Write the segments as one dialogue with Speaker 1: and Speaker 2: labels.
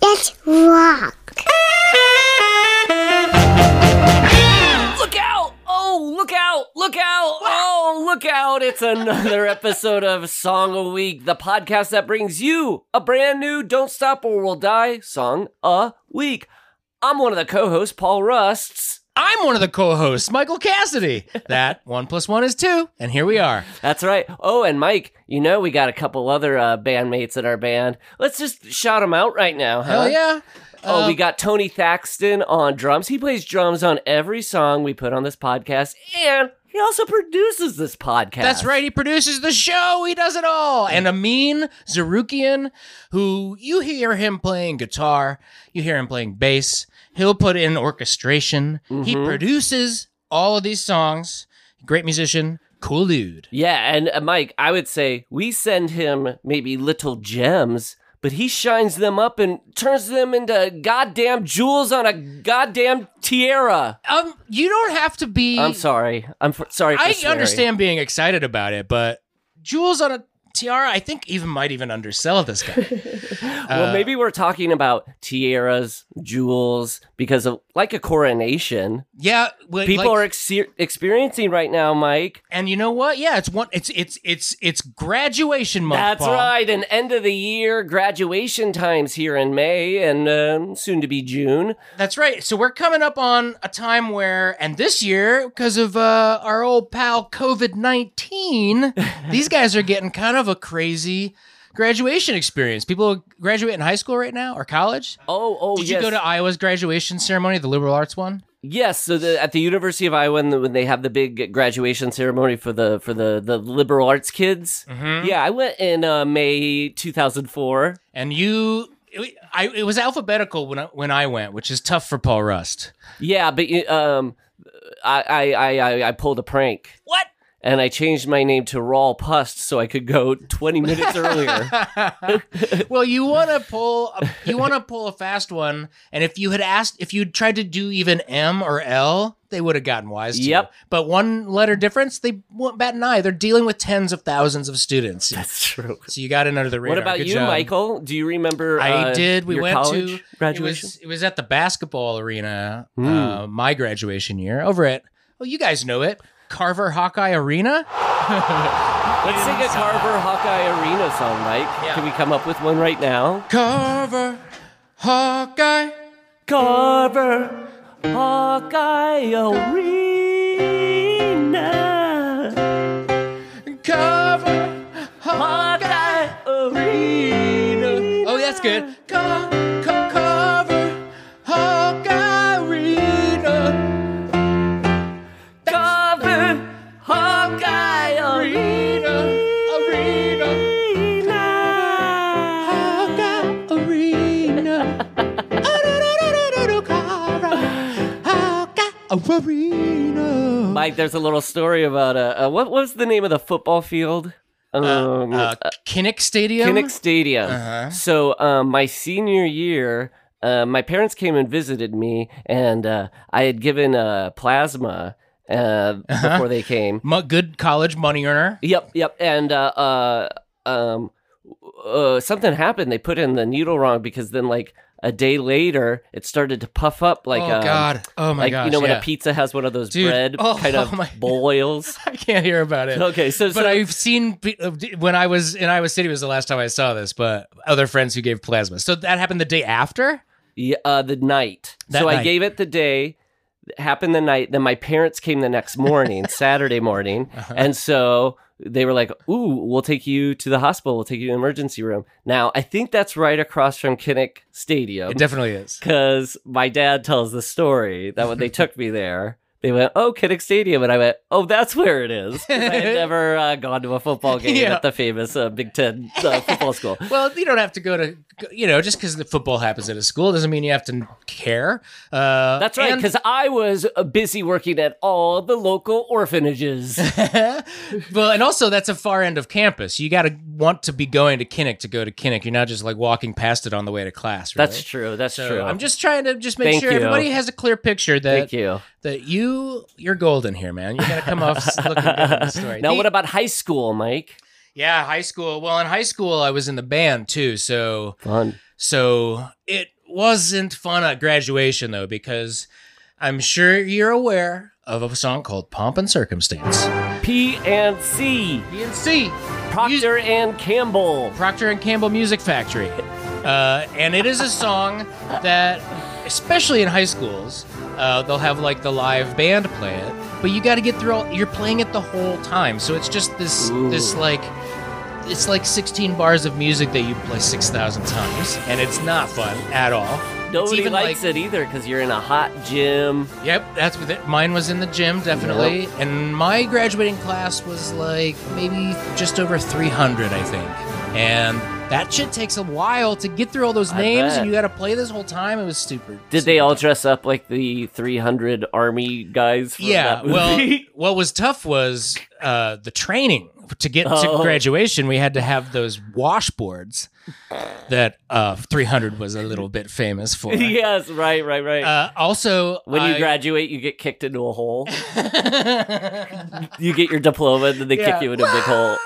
Speaker 1: Let's rock.
Speaker 2: Look out! Oh, look out! Look out! Oh, look out! It's another episode of Song a Week, the podcast that brings you a brand new Don't Stop or We'll Die song a week. I'm one of the co hosts, Paul Rusts.
Speaker 3: I'm one of the co-hosts, Michael Cassidy. That one plus one is two, and here we are.
Speaker 2: That's right. Oh, and Mike, you know we got a couple other uh, bandmates in our band. Let's just shout them out right now, huh?
Speaker 3: Hell yeah!
Speaker 2: Oh,
Speaker 3: Uh,
Speaker 2: we got Tony Thaxton on drums. He plays drums on every song we put on this podcast, and he also produces this podcast.
Speaker 3: That's right. He produces the show. He does it all. And Amin Zarukian, who you hear him playing guitar, you hear him playing bass. He'll put in orchestration. He
Speaker 2: Mm-hmm.
Speaker 3: produces all of these songs. Great musician, cool dude.
Speaker 2: Yeah, and uh, Mike, I would say we send him maybe little gems, but he shines them up and turns them into goddamn jewels on a goddamn tiara.
Speaker 3: Um, you don't have to be.
Speaker 2: I'm sorry. I'm f- sorry. For
Speaker 3: I
Speaker 2: swearing.
Speaker 3: understand being excited about it, but jewels on a tiara, I think even might even undersell this guy.
Speaker 2: Well, maybe we're talking about tiaras, jewels, because of like a coronation.
Speaker 3: yeah, well,
Speaker 2: People
Speaker 3: like-
Speaker 2: are ex- experiencing right now, Mike.
Speaker 3: and you know what? Yeah, it's one. It's it's it's it's graduation month.
Speaker 2: That's
Speaker 3: Paul.
Speaker 2: right, and end of the year graduation times here in May and um, soon to be June.
Speaker 3: That's right. So we're coming up on a time where, and this year, because of uh, our old pal COVID 19, these guys are getting kind of a crazy graduation experience. People graduate in high school right now or college.
Speaker 2: Oh, oh,
Speaker 3: Did
Speaker 2: yes.
Speaker 3: you go to Iowa's graduation ceremony, the liberal arts one?
Speaker 2: Yes, so the, at the University of Iowa, when, the, when they have the big graduation ceremony for the for the, the liberal arts kids,
Speaker 3: Mm-hmm.
Speaker 2: yeah, I went in uh, May two thousand four.
Speaker 3: And you. It, I, it was alphabetical when I, when I went, which is tough for Paul Rust.
Speaker 2: Yeah, but you- um, I I, I I I pulled a prank. What? And I changed my name to Rawl Pust so I could go twenty minutes earlier.
Speaker 3: Well, you want to pull a, you want to pull a fast one, and if you had asked if you'd tried to do even M or L, they would have gotten wise to you.
Speaker 2: Yep.
Speaker 3: But one letter difference, they won't bat an eye. They're dealing with tens of thousands of students.
Speaker 2: That's true.
Speaker 3: So you got in under the radar.
Speaker 2: What about
Speaker 3: Good
Speaker 2: you,
Speaker 3: job.
Speaker 2: Michael? Do you remember?
Speaker 3: I
Speaker 2: uh,
Speaker 3: did. We
Speaker 2: your
Speaker 3: went
Speaker 2: college
Speaker 3: to
Speaker 2: graduation.
Speaker 3: It was, it was at the basketball arena. Uh, my graduation year over at. Well, you guys know it, Carver Hawkeye Arena.
Speaker 2: Let's sing a Carver Hawkeye Arena song, Mike.
Speaker 3: uh, Yeah.
Speaker 2: Can we come up with one right now?
Speaker 3: Carver Hawkeye.
Speaker 2: Carver Hawkeye Arena.
Speaker 3: Carver
Speaker 2: Hawkeye Arena.
Speaker 3: Oh, that's good. Co- co- cover Hawkeye Arena.
Speaker 2: Carver Hawkeye Arena.
Speaker 3: Arena. Hawkeye Arena. Ah-da-da-da-da-da, Carver Hawkeye Arena.
Speaker 2: Mike, there's a little story about uh, uh what was the name of the football field? Um,
Speaker 3: uh, Uh-huh. Kinnick Stadium.
Speaker 2: Kinnick Stadium. So um, my senior year, uh, my parents came and visited me, and uh, I had given uh, plasma uh,
Speaker 3: Uh-huh.
Speaker 2: before they came.
Speaker 3: Mo- good college money earner.
Speaker 2: Yep, yep. And uh, uh, um, uh, something happened. They put in the needle wrong because then, like a day later, it started to puff up. Like,
Speaker 3: oh
Speaker 2: um,
Speaker 3: God. Oh my
Speaker 2: like
Speaker 3: gosh.
Speaker 2: you know when
Speaker 3: yeah.
Speaker 2: a pizza has one of those
Speaker 3: Dude,
Speaker 2: bread
Speaker 3: oh,
Speaker 2: kind of
Speaker 3: oh my-
Speaker 2: boils.
Speaker 3: I can't hear about it.
Speaker 2: Okay, so
Speaker 3: but
Speaker 2: so,
Speaker 3: I've seen pe- uh, d- when I was in Iowa City was the last time I saw this, but other friends who gave plasma. So that happened the day after.
Speaker 2: Yeah, uh, the night.
Speaker 3: That
Speaker 2: so I
Speaker 3: night.
Speaker 2: gave it the day, happened the night. Then my parents came the next morning, Saturday morning,
Speaker 3: Uh-huh.
Speaker 2: and so they were like, "Ooh, we'll take you to the hospital. We'll take you to the emergency room." Now I think that's right across from Kinnick Stadium
Speaker 3: It definitely is.
Speaker 2: because my dad tells the story that when they took me there. They went, oh, Kinnick Stadium, and I went, oh, that's where it is. 'Cause I had never uh, gone to a football game
Speaker 3: Yeah.
Speaker 2: at the famous uh, Big Ten uh, football school.
Speaker 3: Well, you don't have to go to you know just because the football happens at a school doesn't mean you have to care. Uh,
Speaker 2: That's right, because I was uh, busy working at all the local orphanages.
Speaker 3: well, and also that's a far end of campus. You got to want to be going to Kinnick to go to Kinnick. You're not just like walking past it on the way to class. Really.
Speaker 2: That's true. That's
Speaker 3: So
Speaker 2: true.
Speaker 3: I'm just trying to just make
Speaker 2: Thank
Speaker 3: sure
Speaker 2: you.
Speaker 3: everybody has a clear picture that
Speaker 2: thank you.
Speaker 3: that you you're golden here, man. You got to come off s- looking good in the story.
Speaker 2: Now,
Speaker 3: The-
Speaker 2: what about high school, Mike?
Speaker 3: Yeah, high school. Well, in high school, I was in the band too. So,
Speaker 2: Fun.
Speaker 3: so it wasn't fun at graduation though, because I'm sure you're aware of a song called "Pomp and Circumstance."
Speaker 2: P and C.
Speaker 3: PNC,
Speaker 2: Procter and Campbell.
Speaker 3: Procter and Campbell Music Factory, uh, and it is a song that, especially in high schools, uh, they'll have like the live band play it, but you got to get through. All, you're playing it the whole time, so it's just this
Speaker 2: Ooh.
Speaker 3: this like. It's like 16 bars of music that you play 6,000 times, and it's not fun at all. it's
Speaker 2: Nobody
Speaker 3: even
Speaker 2: likes
Speaker 3: like,
Speaker 2: it either because you're in a hot gym.
Speaker 3: Yep, that's what it, mine was in the gym definitely, and my graduating class was like maybe just over 300, I think, and that shit takes a while to get through all those
Speaker 2: I
Speaker 3: names,
Speaker 2: bet.
Speaker 3: and you got to play this whole time. It was stupid.
Speaker 2: Did they all dress up like the 300 army guys? From
Speaker 3: Yeah.
Speaker 2: that
Speaker 3: Well,
Speaker 2: movie?
Speaker 3: what was tough was uh, the training to get
Speaker 2: Oh.
Speaker 3: to graduation. We had to have those washboards that uh, 300 was a little bit famous for.
Speaker 2: yes, right, right, right.
Speaker 3: Uh, also,
Speaker 2: when you
Speaker 3: I-
Speaker 2: graduate, you get kicked into a hole. you get your diploma, and then they
Speaker 3: Yeah.
Speaker 2: kick you into a big hole.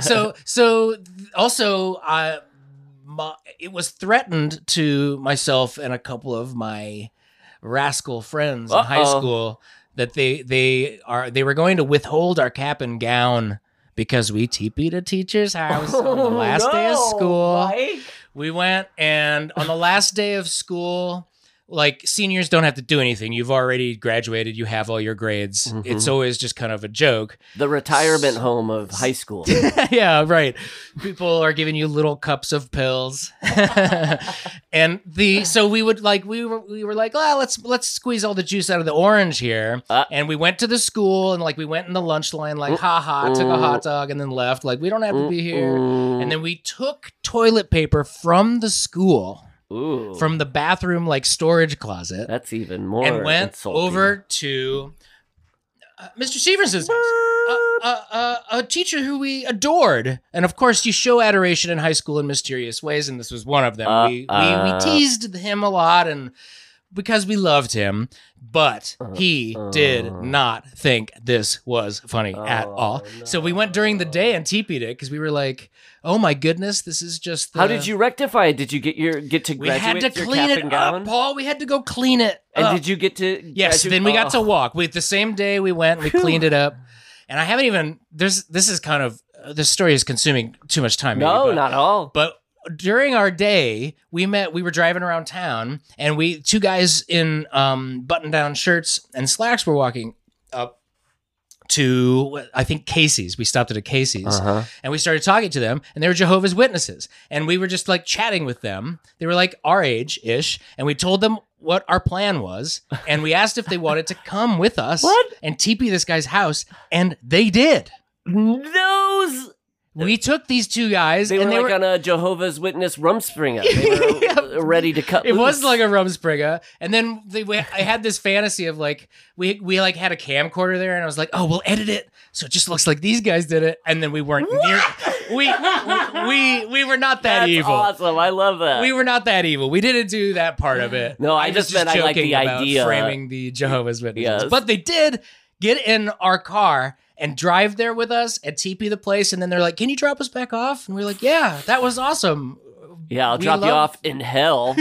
Speaker 3: so so th- also I my, it was threatened to myself and a couple of my rascal friends in high
Speaker 2: Uh-oh.
Speaker 3: school that they they are they were going to withhold our cap and gown because we teepeed a teacher's house on
Speaker 2: Oh,
Speaker 3: the last day of school. We went and on the last day of school, like seniors don't have to do anything. You've already graduated, you have all your grades.
Speaker 2: Mhm.
Speaker 3: It's always just kind of a joke.
Speaker 2: The retirement home of high school.
Speaker 3: yeah, right. People are giving you little cups of pills, and the so we would like we were we were like, ah, let's let's squeeze all the juice out of the orange here,
Speaker 2: Uh.
Speaker 3: and we went to the school and like we went in the lunch line like, ha ha, took a hot dog and then left. Like we don't have to be here. And then we took toilet paper from the school,
Speaker 2: Ooh,
Speaker 3: from the bathroom like storage closet,
Speaker 2: that's even more.
Speaker 3: and went
Speaker 2: insulting.
Speaker 3: over to uh, Mr. Severinsen's house. A, a, a, a teacher who we adored, and of course, you show adoration in high school in mysterious ways, and this was one of them.
Speaker 2: Uh,
Speaker 3: we, we
Speaker 2: uh.
Speaker 3: we teased him a lot, and because we loved him, but he
Speaker 2: Uh, uh.
Speaker 3: did not think this was funny at
Speaker 2: Oh,
Speaker 3: all. So we went during the day and teepeed it because we were like, "Oh my goodness, this is just." The-
Speaker 2: How did you rectify? it? Did you get your get to
Speaker 3: We
Speaker 2: graduate?
Speaker 3: had to
Speaker 2: with your
Speaker 3: clean
Speaker 2: cap
Speaker 3: it
Speaker 2: and
Speaker 3: up,
Speaker 2: gown?
Speaker 3: Paul. We had to go clean it.
Speaker 2: And
Speaker 3: up.
Speaker 2: did you get to?
Speaker 3: Yes,
Speaker 2: graduate?
Speaker 3: then we got
Speaker 2: Oh.
Speaker 3: to walk. We the same day we went, we cleaned it up, and I haven't even. There's this is kind of uh, this story is consuming too much time. maybe,
Speaker 2: No,
Speaker 3: but,
Speaker 2: not all.
Speaker 3: But during our day, we met. We were driving around town, and we two guys in um, button-down shirts and slacks were walking up to I think Casey's. We stopped at a Casey's
Speaker 2: Uh-huh.
Speaker 3: and we started talking to them and they were jehovah's witnesses and we were just like chatting with them they were like our age ish and we told them what our plan was and we asked if they wanted to come with us
Speaker 2: What?
Speaker 3: and teepee this guy's house and they did
Speaker 2: Those
Speaker 3: we took these two guys
Speaker 2: they were
Speaker 3: and they
Speaker 2: like
Speaker 3: were
Speaker 2: on a Jehovah's Witness rumspringa. They were ready to cut.
Speaker 3: it was
Speaker 2: loose.
Speaker 3: like a rumspringa and then they, we, i had this fantasy of like we we like had a camcorder there and i was like oh we'll edit it so it just looks like these guys did it and then we weren't near we we we were not that
Speaker 2: That's
Speaker 3: evil
Speaker 2: awesome. I love that.
Speaker 3: we were not that evil. We didn't do that part of it.
Speaker 2: Uh, No, I
Speaker 3: was
Speaker 2: just meant I like
Speaker 3: joking
Speaker 2: the
Speaker 3: about
Speaker 2: idea.
Speaker 3: framing the Jehovah's Witnesses,
Speaker 2: Yes.
Speaker 3: but they did get in our car and drive there with us and TP the place, and then they're like, "Can you drop us back off?" And we are like, "Yeah, that was awesome.
Speaker 2: yeah, I'll
Speaker 3: we
Speaker 2: drop you
Speaker 3: love-
Speaker 2: off in hell.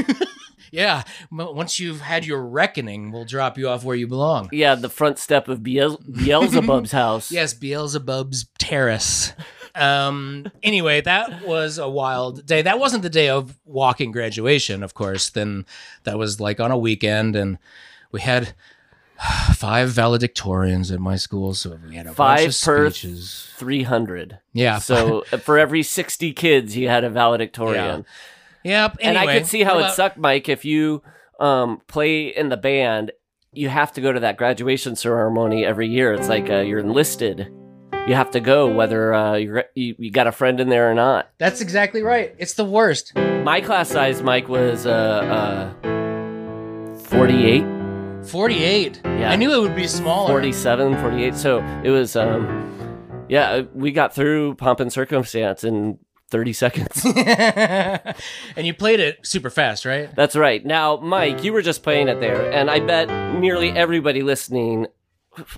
Speaker 3: Yeah, m- once you've had your reckoning, we'll drop you off where you belong."
Speaker 2: yeah, the front step of Beelze- Beelzebub's house.
Speaker 3: Yes, Beelzebub's terrace. Um. Anyway, that was a wild day. That wasn't the day of walking graduation, of course. Then that was like on a weekend, and we had five valedictorians at my school, so we had a
Speaker 2: Five
Speaker 3: bunch of
Speaker 2: per-
Speaker 3: speeches.
Speaker 2: Three hundred.
Speaker 3: Yeah.
Speaker 2: So uh, for every sixty kids, you had a valedictorian.
Speaker 3: Yep.
Speaker 2: and I
Speaker 3: anyway,
Speaker 2: could see how
Speaker 3: what
Speaker 2: it sucked, Mike. If you um, play in the band, you have to go to that graduation ceremony every year. It's like uh, you're enlisted. You have to go whether uh, you're, you you got a friend in there or not.
Speaker 3: about- That's exactly right. It's the worst.
Speaker 2: My class size, Mike, was uh, uh, 48,
Speaker 3: Forty-eight.
Speaker 2: Yeah.
Speaker 3: I knew it would be smaller.
Speaker 2: 47, 48. So it was, um, yeah, we got through Pomp and Circumstance in 30 seconds.
Speaker 3: and you played it super fast, right?
Speaker 2: That's right. Now, Mike, you were just playing it there, and I bet nearly everybody listening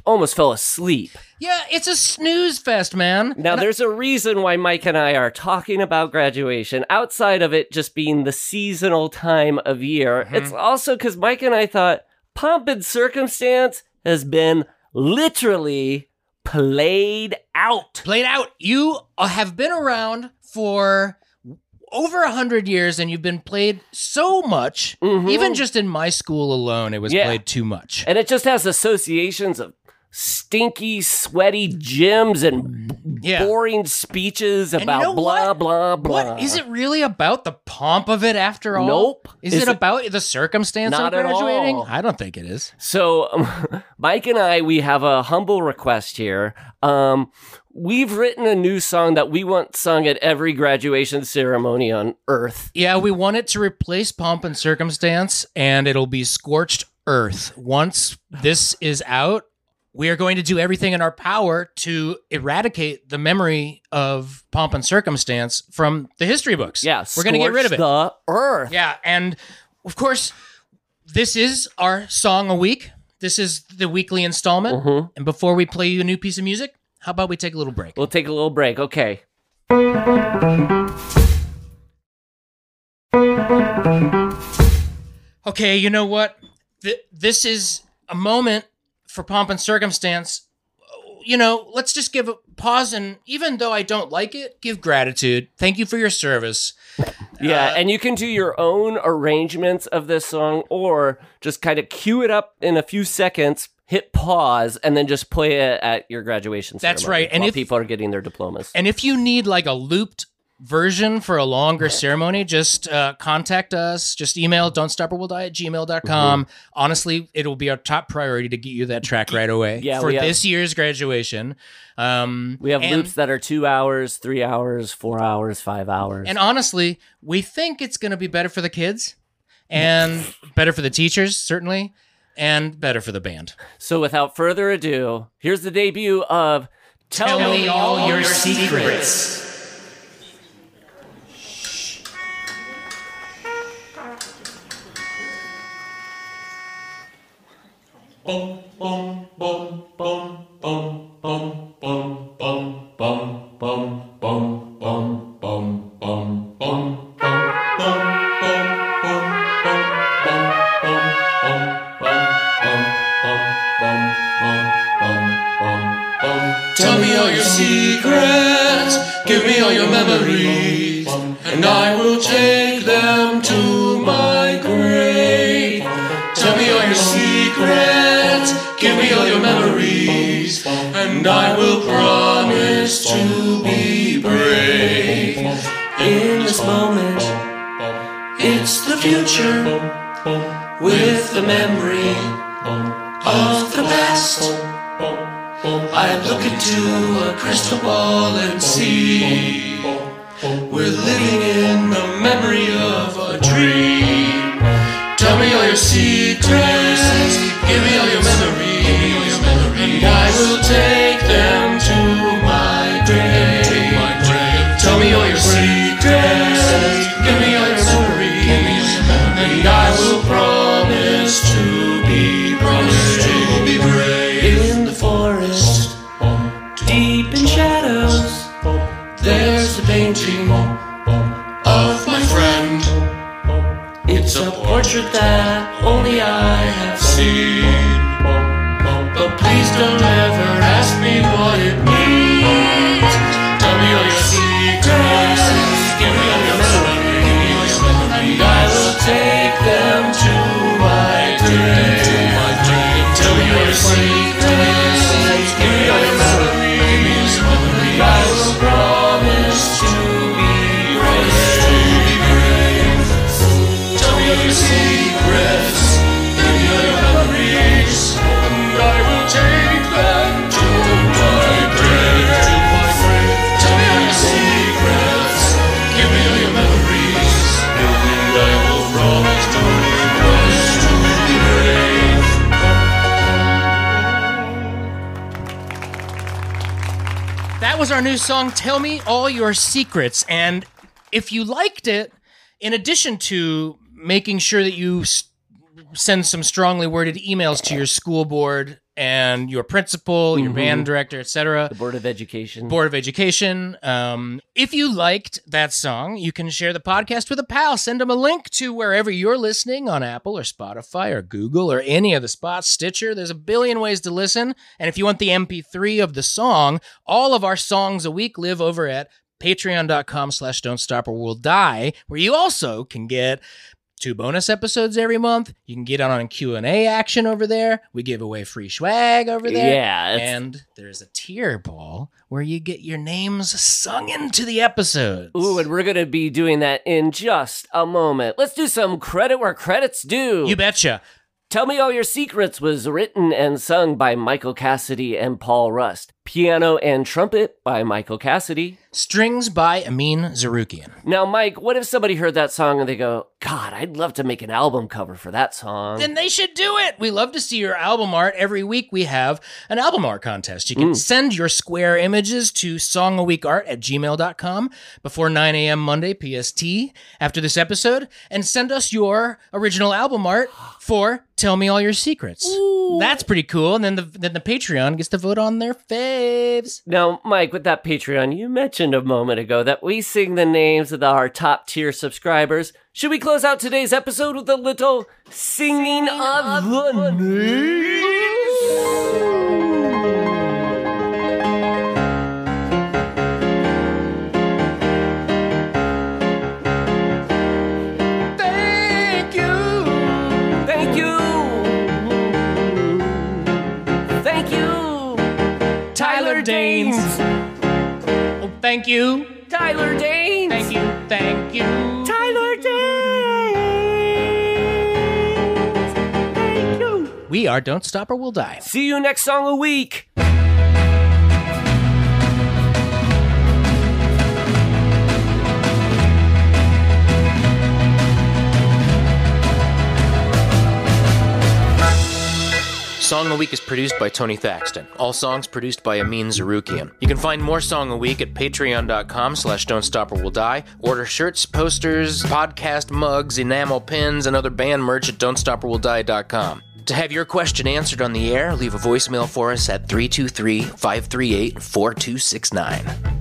Speaker 2: almost fell asleep.
Speaker 3: Yeah, it's a snooze fest, man.
Speaker 2: Now, there's a reason why Mike and I are talking about graduation outside of it just being the seasonal time of year. It's also because Mike and I thought pomp and circumstance has been literally played out.
Speaker 3: Played out. You uh, have been around for over a hundred years, and you've been played so much.
Speaker 2: Mhm.
Speaker 3: Even just in my school alone, it was
Speaker 2: Yeah.
Speaker 3: played too much.
Speaker 2: and it just has associations of stinky, sweaty gyms and b-
Speaker 3: Yeah.
Speaker 2: boring speeches
Speaker 3: you
Speaker 2: about
Speaker 3: know
Speaker 2: blah,
Speaker 3: what?
Speaker 2: blah, blah.
Speaker 3: What is it really about the pomp of it after all?
Speaker 2: Nope.
Speaker 3: Is,
Speaker 2: Is
Speaker 3: it,
Speaker 2: it-
Speaker 3: about the circumstance
Speaker 2: Not
Speaker 3: of
Speaker 2: at
Speaker 3: graduating?
Speaker 2: all.
Speaker 3: I don't think it is.
Speaker 2: So, um, Mike and I, we have a humble request here. Um, we've written a new song that we want sung at every graduation ceremony on Earth.
Speaker 3: Yeah, we want it to replace pomp and circumstance, and it'll be scorched earth. Once this is out, we are going to do everything in our power to eradicate the memory of pomp and circumstance from the history books.
Speaker 2: Yeah,
Speaker 3: we're going to get rid of
Speaker 2: scorch
Speaker 3: it.
Speaker 2: The Earth.
Speaker 3: Yeah, and of course, this is our song a week. This is the weekly installment.
Speaker 2: Mhm.
Speaker 3: And before we play you a new piece of music, how about we take a little break?
Speaker 2: We'll take a little break. Okay.
Speaker 3: Okay, you know what? Th- this is a moment for pomp and circumstance. You know, let's just give a pause and even though I don't like it, give gratitude. Thank you for your service.
Speaker 2: Yeah,
Speaker 3: Uh,
Speaker 2: and you can do your own arrangements of this song or just kind of cue it up in a few seconds, hit pause, and then just play it at your graduation
Speaker 3: That's
Speaker 2: ceremony
Speaker 3: right, and
Speaker 2: while
Speaker 3: if-
Speaker 2: people are getting their diplomas.
Speaker 3: And if you need like a looped version for a longer ceremony, just uh, contact us. Just email don't stop or we'll die at gmail.com.
Speaker 2: Mm-hmm.
Speaker 3: Honestly, it'll be our top priority to get you that track right away
Speaker 2: Yeah,
Speaker 3: for
Speaker 2: we have-
Speaker 3: this year's graduation. Um,
Speaker 2: we have
Speaker 3: and-
Speaker 2: loops that are two hours, three hours, four hours, five hours.
Speaker 3: And honestly, we think it's going to be better for the kids and better for the teachers, certainly, and better for the band.
Speaker 2: So without further ado, here's the debut of Tell, Me, All Your Secrets.
Speaker 1: Bum bum bum bum bum bum bum bum bum bum bum bum bum bum bum bum bum bum bum bum bum bum bum bum bum bum bum bum bum bum bum.
Speaker 4: Tell me all your secrets, give me all your memories, and I will take them to my grave. Tell me all your secrets, give me all your memories, and I will promise to be brave. In this moment, it's the future with the memory of the past. I look into a crystal ball and see we're living in the memory of a dream. Tell me all your secrets, give me all your memories, and I will take them to my grave. Tell me all your secrets, give me all your memories, and I will promise to be promise to be brave in the forest. Deep in shadows, there's the painting of my friend. It's a portrait that only I have seen. But please don't ever ask me what it means. Tell me all your secrets, give me all your memories, and I will take them to my grave. Tell me all your secrets, give me all your memories, and I will promise to be brave. Tell me all your secrets, give me all your memories, and I will take them to my grave. Tell me all your secrets, give me all your memories, and I will promise to be promise to be brave.
Speaker 3: That was our new song, Tell Me All Your Secrets. And if you liked it, in addition to making sure that you s- send some strongly worded emails to your school board and your principal,
Speaker 2: Mm-hmm.
Speaker 3: your band director, etc.
Speaker 2: The Board of Education.
Speaker 3: Board of Education. Um, if you liked that song, you can share the podcast with a pal. Send them a link to wherever you're listening on Apple or Spotify or Google or any of the spots, Stitcher. There's a billion ways to listen. And if you want the MP3 of the song, all of our songs a week live over at patreon.com slash don't stop or we'll die, where you also can get two bonus episodes every month. You can get on Q&A action over there. We give away free swag over there.
Speaker 2: yeah. it's-
Speaker 3: And there's a tier ball where you get your names sung into the episodes.
Speaker 2: Ooh, and we're going to be doing that in just a moment. Let's do some credit where credit's due.
Speaker 3: you betcha.
Speaker 2: Tell Me All Your Secrets was written and sung by Michael Cassidy and Paul Rust. Piano and trumpet by Michael Cassidy.
Speaker 3: Strings by Amin Zarukian.
Speaker 2: Now, Mike, what if somebody heard that song and they go, God, I'd love to make an album cover for that song?
Speaker 3: Then they should do it. We love to see your album art. Every week we have an album art contest. You can send your square images to songaweekart at gmail.com before 9 a.m. Monday PST after this episode and send us your original album art for Tell Me All Your Secrets. That's pretty cool. And then the, then the Patreon gets to vote on their faves.
Speaker 2: Now, Mike, with that Patreon, you mentioned a moment ago that we sing the names of our top tier subscribers. Should we close out today's episode with a little singing, of, the names?
Speaker 3: Thank you.
Speaker 2: Thank you. Thank you. Tyler Danes.
Speaker 3: Oh, thank you.
Speaker 2: Tyler Danes.
Speaker 3: Thank you. Thank you.
Speaker 2: Tyler Danes. Thank you.
Speaker 3: We are Don't Stop or We'll Die.
Speaker 2: See you next song a week.
Speaker 4: Song a Week is produced by Tony Thaxton. All songs produced by Amin Zarukian. You can find more Song a Week at patreon.com slash don't stop or will die. Order shirts, posters, podcast mugs, enamel pins, and other band merch at don'tstoporwilldie.com. To have your question answered on the air, leave a voicemail for us at 323 538 4269.